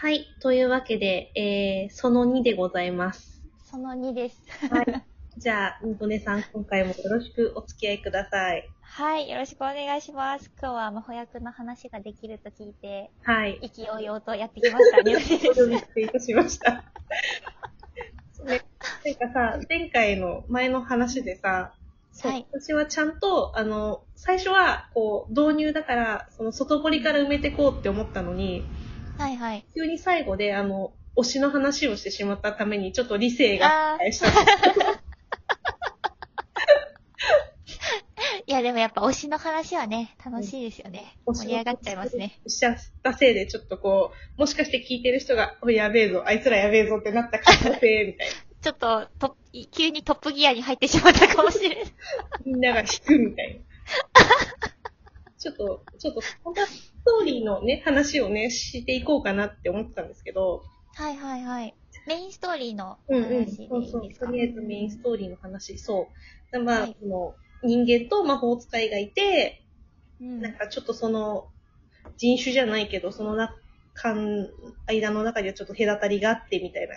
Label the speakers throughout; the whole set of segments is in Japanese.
Speaker 1: はい。というわけで、えー、その2でございます。
Speaker 2: その2です。
Speaker 1: はい。 じゃあ、みとねさん、今回もよろしくお付き合いください。
Speaker 2: はい、よろしくお願いします。今日は魔法役の話ができると聞いて、
Speaker 1: はい。
Speaker 2: 意気揚々とやってきました
Speaker 1: お
Speaker 2: ね。
Speaker 1: 呼びいたしました。ね、なんかさ、前回の前の話でさ、そう
Speaker 2: はい
Speaker 1: 私はちゃんと、あの、最初は、こう、導入だから、その外堀から埋めてこうって思ったのに、
Speaker 2: はいはい。
Speaker 1: 急に最後で、あの、推しの話をしてしまったために、ちょっと理性が
Speaker 2: あー
Speaker 1: 返した。
Speaker 2: いやでもやっぱ推しの話はね、楽しいですよね。
Speaker 1: うん
Speaker 2: 盛り上がっちゃいますね。
Speaker 1: しちゃったせいで、ちょっとこう、もしかして聞いてる人が、おいやべえぞ、あいつらやべえぞってなった可能性、みたいな。
Speaker 2: ちょっと、と、急にトップギアに入ってしまったかもしれない。
Speaker 1: みんな が引くみたいな。ちょっと、ちょっと、本当はストーリーのね、話をね、していこうかなって思ってたんですけど、
Speaker 2: はいはいはい。メインストーリーの
Speaker 1: うん
Speaker 2: 話でい
Speaker 1: うん。そうそ
Speaker 2: い
Speaker 1: う。
Speaker 2: ですか、
Speaker 1: とりあえずメインストーリーの話、そう。でまあ、
Speaker 2: はい
Speaker 1: その、人間と魔法使いがいて、
Speaker 2: うん
Speaker 1: なんかちょっとその、人種じゃないけど、そのな、間、間の中ではちょっと隔たりがあってみたいな、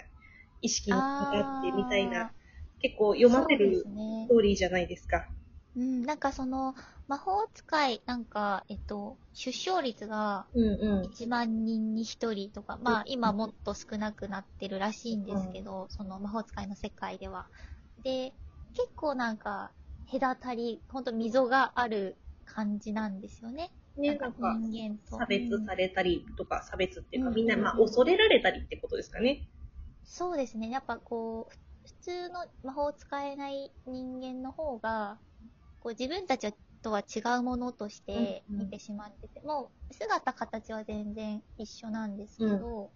Speaker 1: 意識の差があってみたいな、結構読ませ
Speaker 2: そうで
Speaker 1: る
Speaker 2: すね
Speaker 1: ストーリーじゃないですか。
Speaker 2: うん、なんかその、魔法使い、なんか、えっと、出生率が
Speaker 1: うんうん。
Speaker 2: 1万人に1人とか、まあ今もっと少なくなってるらしいんですけど、その魔法使いの世界では。で、結構なんか、隔たり、ほんと溝がある感じなんですよね。
Speaker 1: ね、なんか、
Speaker 2: 人間と。
Speaker 1: 差別されたりとか、差別っていうか、
Speaker 2: うん
Speaker 1: みんな、まあ、恐れられたりってことですかね。
Speaker 2: そうですね。やっぱこう、ふ普通の魔法を使えない人間の方が、こう自分たちとは違うものとして
Speaker 1: うんうん
Speaker 2: 見てしまってて、もう姿形は全然一緒なんですけど、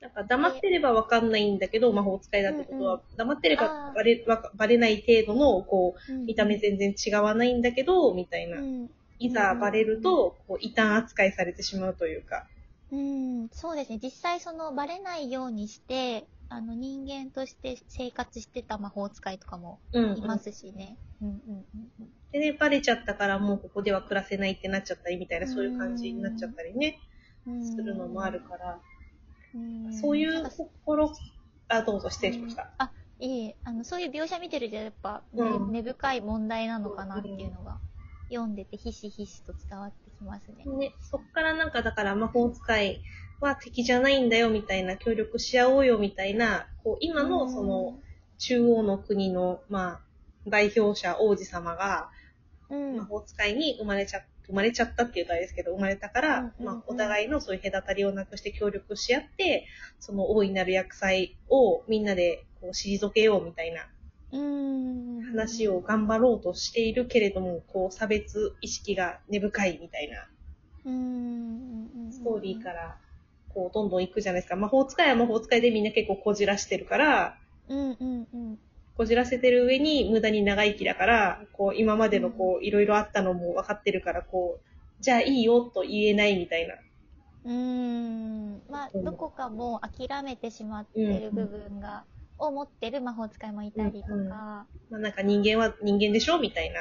Speaker 1: なんか、黙ってればわかんないんだけど、魔法使いだってこと
Speaker 2: うん
Speaker 1: は、黙ってれば
Speaker 2: あー
Speaker 1: バレ、わかバレない程度の、こう、
Speaker 2: うん
Speaker 1: 見た目全然違わないんだけど、みたいな
Speaker 2: う。ん、
Speaker 1: いざバレると、こう、異端扱いされてしまうというか。
Speaker 2: うん、そうですね。実際そのバレないようにして、あの人間として生活してた魔法使いとかも
Speaker 1: うん、
Speaker 2: いますしね。うんうんうん
Speaker 1: でね、バレちゃったからもうここでは暮らせないってなっちゃったりみたいな、そういう感じになっちゃったりね、
Speaker 2: うん
Speaker 1: するのもあるから、
Speaker 2: うん
Speaker 1: そうい
Speaker 2: なん
Speaker 1: う
Speaker 2: か
Speaker 1: 心、あ、どうぞ失礼しました。
Speaker 2: あ、いえ、あの、そういう描写見てるじゃ、やっぱ、ね
Speaker 1: うん
Speaker 2: 根深い問題なのかなっていうのが、読んでてひしひしと伝わってきますね。
Speaker 1: ね、そっからなんかだから魔法使いは敵じゃないんだよみたいな、協力し合おうよみたいな、こう、今のその、中央の国の、まあ、代表者王子様が、
Speaker 2: うん、う
Speaker 1: 魔
Speaker 2: ん、
Speaker 1: 法使いに生まれちゃ、生まれちゃったっていうとあれですけど、生まれたから、
Speaker 2: うんうん
Speaker 1: まあ、お互いのそういう隔たりをなくして協力し合って、その大いなる厄災をみんなでこう退けようみたいな
Speaker 2: うん。
Speaker 1: 話を頑張ろうとしているけれども、こう差別意識が根深いみたいな
Speaker 2: うん、うん、うん。。
Speaker 1: ストーリーからら、こうどんどん行くじゃないですか。魔法使いは魔法使いでみんな結構こじらしてるから、
Speaker 2: うん、うん、うん。
Speaker 1: こじらせてる上に無駄に長生きだから、こう今までのこういろいろあったのも分かってるから、こう、じゃあいいよと言えないみたいな。
Speaker 2: うん。まあ、どこかもう諦めてしまってる部分が、を持ってる魔法使いもいたりとか、
Speaker 1: まあなんか人間は人間でしょみたいな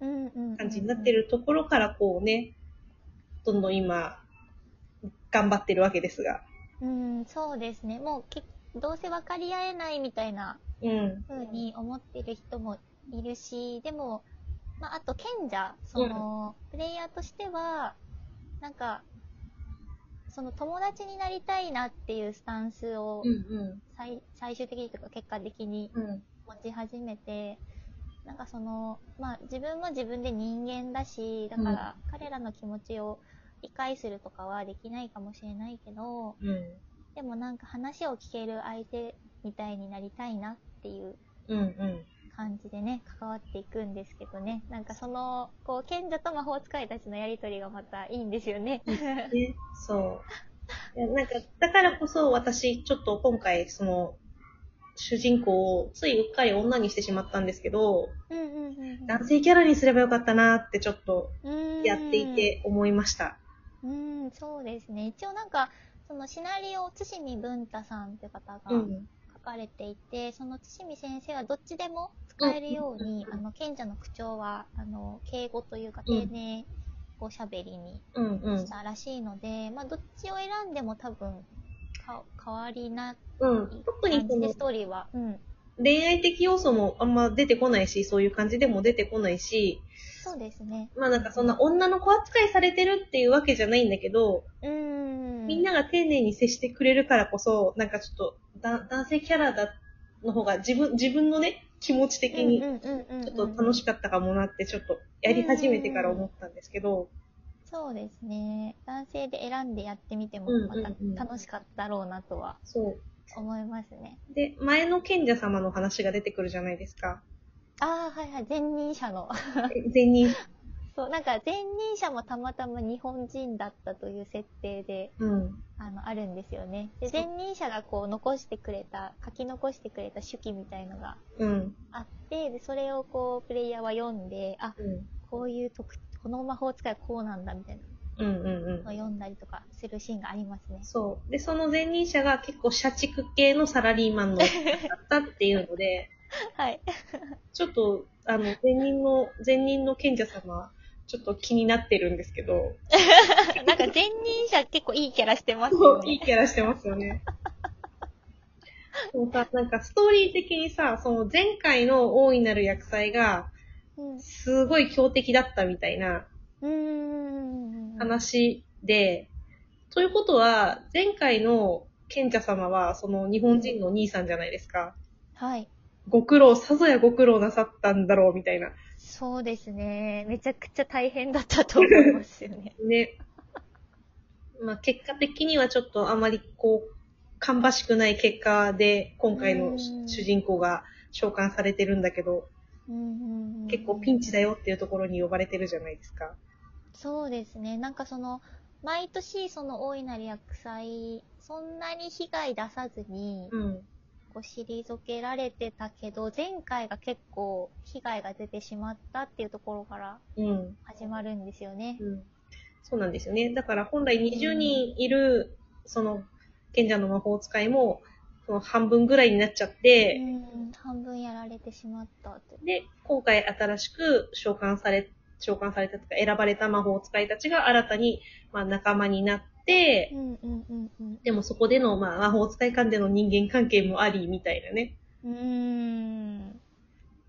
Speaker 2: うん、うんうん。
Speaker 1: 感じになって。るところからこうね、どんどん今、頑張ってるわけですが。
Speaker 2: うん、そうですね。もう、けどうせ分かり合えないみたいな
Speaker 1: うん。
Speaker 2: ふうに思ってる人もいるし、でも、まあ、あと賢者、その、プレイヤーとしては、なんか、その友達になりたいなっていうスタンスを
Speaker 1: うん
Speaker 2: 最,、最終的にというか結果的に
Speaker 1: うん。うん。
Speaker 2: 持ち始めて、なんかその、まあ自分も自分で人間だし、だから彼らの気持ちを理解するとかはできないかもしれないけど、
Speaker 1: うん。
Speaker 2: でもなんか話を聞ける相手みたいになりたいなっていう
Speaker 1: うん うん。
Speaker 2: 感じでね、関わっていくんですけどね。なんかその、こう、賢者と魔法使いたちのやりとりがまたいいんですよね。
Speaker 1: ね、そう。いやなんか、だからこそ私、ちょっと今回、その、主人公をついうっかり女にしてしまったんですけど、
Speaker 2: うんうんうん
Speaker 1: 男性キャラにすればよかったなってちょっと
Speaker 2: うん。
Speaker 1: やってい。て思いました。
Speaker 2: うん、そうですね。一応なんか、そのシナリオを対馬文太さんって方が
Speaker 1: うん。
Speaker 2: 書かれていて、その対馬先生はどっちでも使えるように、
Speaker 1: うん
Speaker 2: あの、賢者の口調は、あの、敬語というか
Speaker 1: うん
Speaker 2: 丁寧おしゃべりに
Speaker 1: うんう
Speaker 2: し
Speaker 1: ん。
Speaker 2: たらしいので、まあ、どっちを選んでも多分か変わりな
Speaker 1: うん。特
Speaker 2: 感
Speaker 1: にこ
Speaker 2: じで
Speaker 1: の
Speaker 2: ストーリーは、うん、
Speaker 1: 恋愛的要素もあんま出てこないし、そういう感じでも出てこないし、
Speaker 2: そうですね。
Speaker 1: まあなんかそんな女の子扱いされてるっていうわけじゃないんだけど、
Speaker 2: うーん。
Speaker 1: みんなが丁寧に接してくれるからこそ、なんかちょっとだ男性キャラだの方が自分、自分のね、気持ち的にちょっと楽し
Speaker 2: く。
Speaker 1: かったかもなって、ちょっとやり始めてから思ったんですけど、
Speaker 2: そうですね。男性で選んでやってみても
Speaker 1: うんうん
Speaker 2: ま
Speaker 1: うん
Speaker 2: た楽しかったろうなとは
Speaker 1: そ
Speaker 2: 思いますね。
Speaker 1: う。で、前の賢者様の話が出てくるじゃないですか。
Speaker 2: ああ、はいはい。前任者の。
Speaker 1: え前任。
Speaker 2: そう、なんか前任者もたまたま日本人だったという設定で、
Speaker 1: うん。
Speaker 2: あの、あるんですよね。で、
Speaker 1: そう
Speaker 2: 前任者がこう残してくれた、書き残してくれた手記みたいのが
Speaker 1: うん。
Speaker 2: あって、で、それをこう、プレイヤーは読んで、あ、
Speaker 1: うん。
Speaker 2: こういう特、この魔法使いはこうなんだみたいな
Speaker 1: うんうんうん
Speaker 2: のを。読んだりとかするシーンがありますね。
Speaker 1: そう。で、その前任者が結構社畜系のサラリーマンのだったっていうので、
Speaker 2: はい。
Speaker 1: ちょっと、あの、前任の、前任の賢者様、ちょっと気になってるんですけど、
Speaker 2: なんか前任者結構いいキャラしてます
Speaker 1: そ
Speaker 2: よ
Speaker 1: ういい
Speaker 2: ね。
Speaker 1: キャラしてますよね。でもさ、なんかストーリー的にさ、その前回の大いなる厄災が、
Speaker 2: うん。う
Speaker 1: すごい強敵だったみたいな
Speaker 2: ーん。
Speaker 1: 話で、ということは、前回の賢者様は、その日本人の兄さんじゃないですか。
Speaker 2: はい。
Speaker 1: ご苦労、さぞやご苦労なさったんだろう、みたいな。
Speaker 2: そうですね。めちゃくちゃ大変だったと思いますよ ね。
Speaker 1: ね。まあ、結果的にはちょっとあまりこう、芳しくない結果で、今回
Speaker 2: う
Speaker 1: の
Speaker 2: ん
Speaker 1: 主人公が召喚されてるんだけど、
Speaker 2: うん
Speaker 1: 結構ピンチだ
Speaker 2: よ。
Speaker 1: よっていうところに呼ばれてるじゃないですか。
Speaker 2: そうですね。なんかその、毎年その大いなる薬剤、そんなに被害出さずに、
Speaker 1: うん。
Speaker 2: こう退けられてたけど、前回が結構被害が出てしまったっていうところから
Speaker 1: うん。
Speaker 2: 始まるんですよね。
Speaker 1: うん。そうなんですよね。だから本来20人いる、その、賢者の魔法使いも、その半分ぐらいになっちゃって、
Speaker 2: うん。半分やられてしまったと。
Speaker 1: で、今回新しく召喚され、召喚されたとか、選ばれた魔法使いたちが新たに、まあ、仲間になって、
Speaker 2: うんうんうんうん。
Speaker 1: でもそこでの、まあ、魔法使い間での人間関係もあり、みたいなね、
Speaker 2: うーん。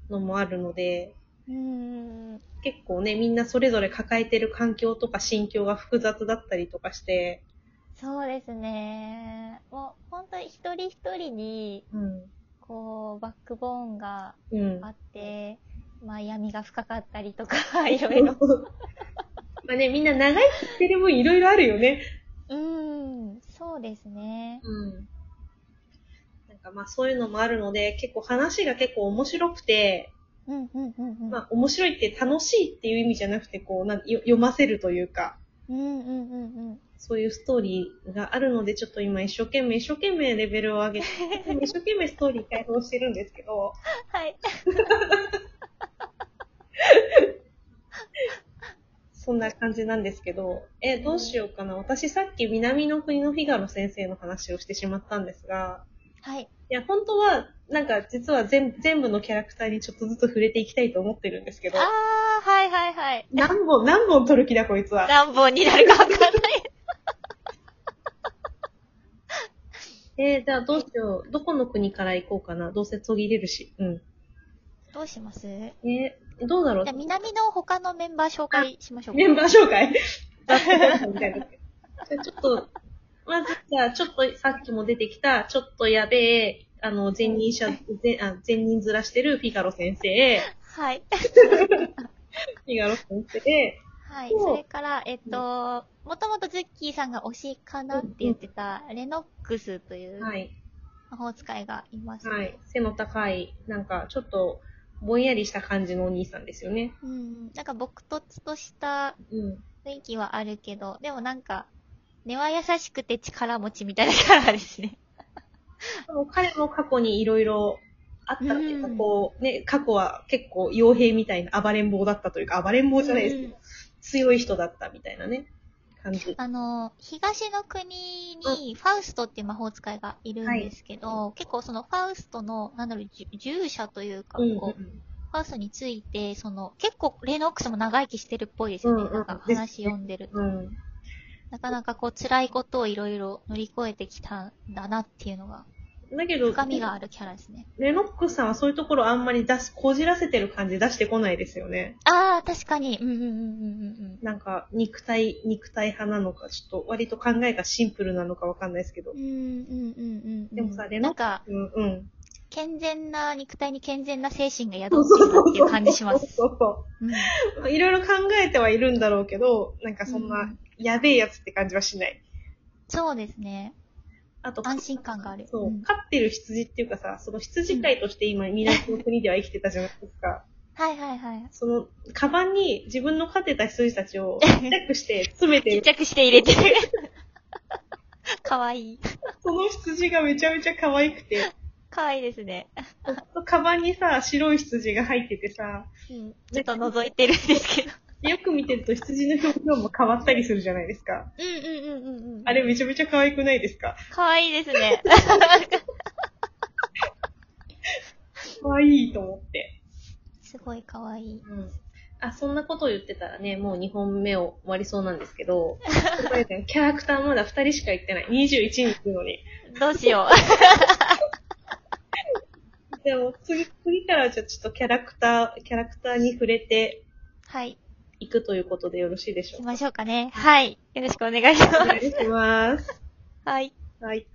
Speaker 1: のもあるので、
Speaker 2: うーん。
Speaker 1: 結構ね、みんなそれぞれ抱えてる環境とか心境が複雑だったりとかして、
Speaker 2: そうですね。もう、本当に一人一人に、
Speaker 1: うん。
Speaker 2: こう、バックボーンが
Speaker 1: うん。
Speaker 2: あって、まあ、闇が深かったりとか、 いろいろ。。
Speaker 1: まあね、みんな長いって言ってる分いろいろあるよね。
Speaker 2: うーん。そうですね。
Speaker 1: うん。なんかまあそういうのもあるので、結構話が結構面白くて、
Speaker 2: うんうんうんうん。
Speaker 1: まあ、面白いって楽しいっていう意味じゃなくて、こう、なんよ読ませるというか、
Speaker 2: うんうんうんうん。
Speaker 1: そういうストーリーがあるので、ちょっと今一生懸命、一生懸命レベルを上げ て、一生懸命ストーリー解放してるんですけど、
Speaker 2: はい。
Speaker 1: そんな感じなんですけど、え、どうしようかな。私さっき南の国のフィガロ先生の話をしてしまったんですが、
Speaker 2: はい。
Speaker 1: いや、本当は、なんか実は全全部のキャラクターにちょっとずつ触れていきたいと思ってるんですけど
Speaker 2: あ、ー、はいはいはい。
Speaker 1: 何本、何本取る気だこいつは。
Speaker 2: 何本になるかわかんない。
Speaker 1: えーじゃあどうしよう。どこの国から行こうかな。どうせ途切れるし。うん。
Speaker 2: どうしますじ
Speaker 1: えーどうだろう
Speaker 2: ゃあ、南の他のメンバー紹介しましょうか。
Speaker 1: メンバー紹介雑誌みたいなじゃあちょっと、まず、じゃあ、ちょっとさっきも出てきた、ちょっとやべえ、あの、前任者、前あ前任ずらしてるフィガロ先生、
Speaker 2: はい。
Speaker 1: フィガロ先生、
Speaker 2: はい。
Speaker 1: そう
Speaker 2: それから、えっと、もともとズッキーさんが推しかなって言ってた、レノックスという
Speaker 1: はい、
Speaker 2: 魔法使いがいますね。
Speaker 1: はい、背の高い、なんか、ちょっと、ぼんやりした感じのお兄さんですよね。
Speaker 2: うん。なんか、僕とつとした
Speaker 1: うん。
Speaker 2: 雰囲気はあるけど、でもなんか、根は優しくて力持ちみたいなキャラですね。
Speaker 1: でも彼も過去にいろいろあったっていうか、
Speaker 2: うん
Speaker 1: こう、ね、過去は結構、傭兵みたいな暴れん坊だったというか、暴れん坊じゃないですけど、
Speaker 2: うん
Speaker 1: 強い人だったみたいなね、感じ。
Speaker 2: あの、東の国にファウストっていう魔法使いがいるんですけど、結構そのファウストの、なんだろう、じゅ従者というか、こう、
Speaker 1: ん。
Speaker 2: ハウスについて、その、結構レノックスも長生きしてるっぽいですよね。
Speaker 1: うんうん
Speaker 2: なんか話読んでると。
Speaker 1: うん。
Speaker 2: なかなかこう辛いことをいろいろ乗り越えてきたんだなっていうのが、
Speaker 1: だけど、
Speaker 2: 深みがあるキャラですね。
Speaker 1: レノックスさんはそういうところあんまり出す、こじらせてる感じ出してこないですよね。
Speaker 2: ああ、確かに。うんうんうんうんうん
Speaker 1: なんか、肉体、肉体派なのか、ちょっと割と考えがシンプルなのかわかんないですけど
Speaker 2: うん。。うんうんうんうんうん。
Speaker 1: でもさレノ
Speaker 2: なんか、
Speaker 1: うんうん。
Speaker 2: 健全な肉体に健全な精神が宿っているなっていう感じします。
Speaker 1: そうそ
Speaker 2: うん
Speaker 1: うそう。いろいろ考えてはいるんだろうけど、なんかそん
Speaker 2: う、
Speaker 1: なんやべえやつって感じはしない。
Speaker 2: そうですね。
Speaker 1: あと、
Speaker 2: 安心感がある。
Speaker 1: そう、
Speaker 2: ん
Speaker 1: 飼ってる羊っていうかさ、その羊飼いとして 今、港の国では生きてたじゃないですか。
Speaker 2: はいはいはい。
Speaker 1: その、カバンに自分の飼ってた羊たちをちっちゃくして詰めて
Speaker 2: ちっ
Speaker 1: る
Speaker 2: ち。ゃくして入れてる。 かわいい。
Speaker 1: その羊がめちゃめちゃ可愛くて、
Speaker 2: かわいいですね。
Speaker 1: カバンにさ、白い羊が入っててさ、
Speaker 2: うん。ちょっと覗いてるんですけど。
Speaker 1: よく見てると羊の表情も変わったりするじゃないですか。
Speaker 2: うんうんうんうんうん。
Speaker 1: あれめちゃめちゃ可愛くないですか
Speaker 2: かわいいですね。
Speaker 1: 可愛いと思って。
Speaker 2: すごいかわいい。
Speaker 1: うん。あ、そんなことを言ってたらね、もう2本目を終わりそうなんですけ ど、これねキャラクターまだ2人しか言ってない。21人いるのに。
Speaker 2: どうしよ
Speaker 1: でも次、次からはじゃあちょっとキャラクター、キャラクターに触れて
Speaker 2: う。はい。
Speaker 1: いくということでよろしいでしょ
Speaker 2: 行き
Speaker 1: うか。
Speaker 2: ましょうかね。はい。よろしくお願いし
Speaker 1: お
Speaker 2: ま
Speaker 1: 願い
Speaker 2: す。
Speaker 1: します。
Speaker 2: はい。
Speaker 1: はい。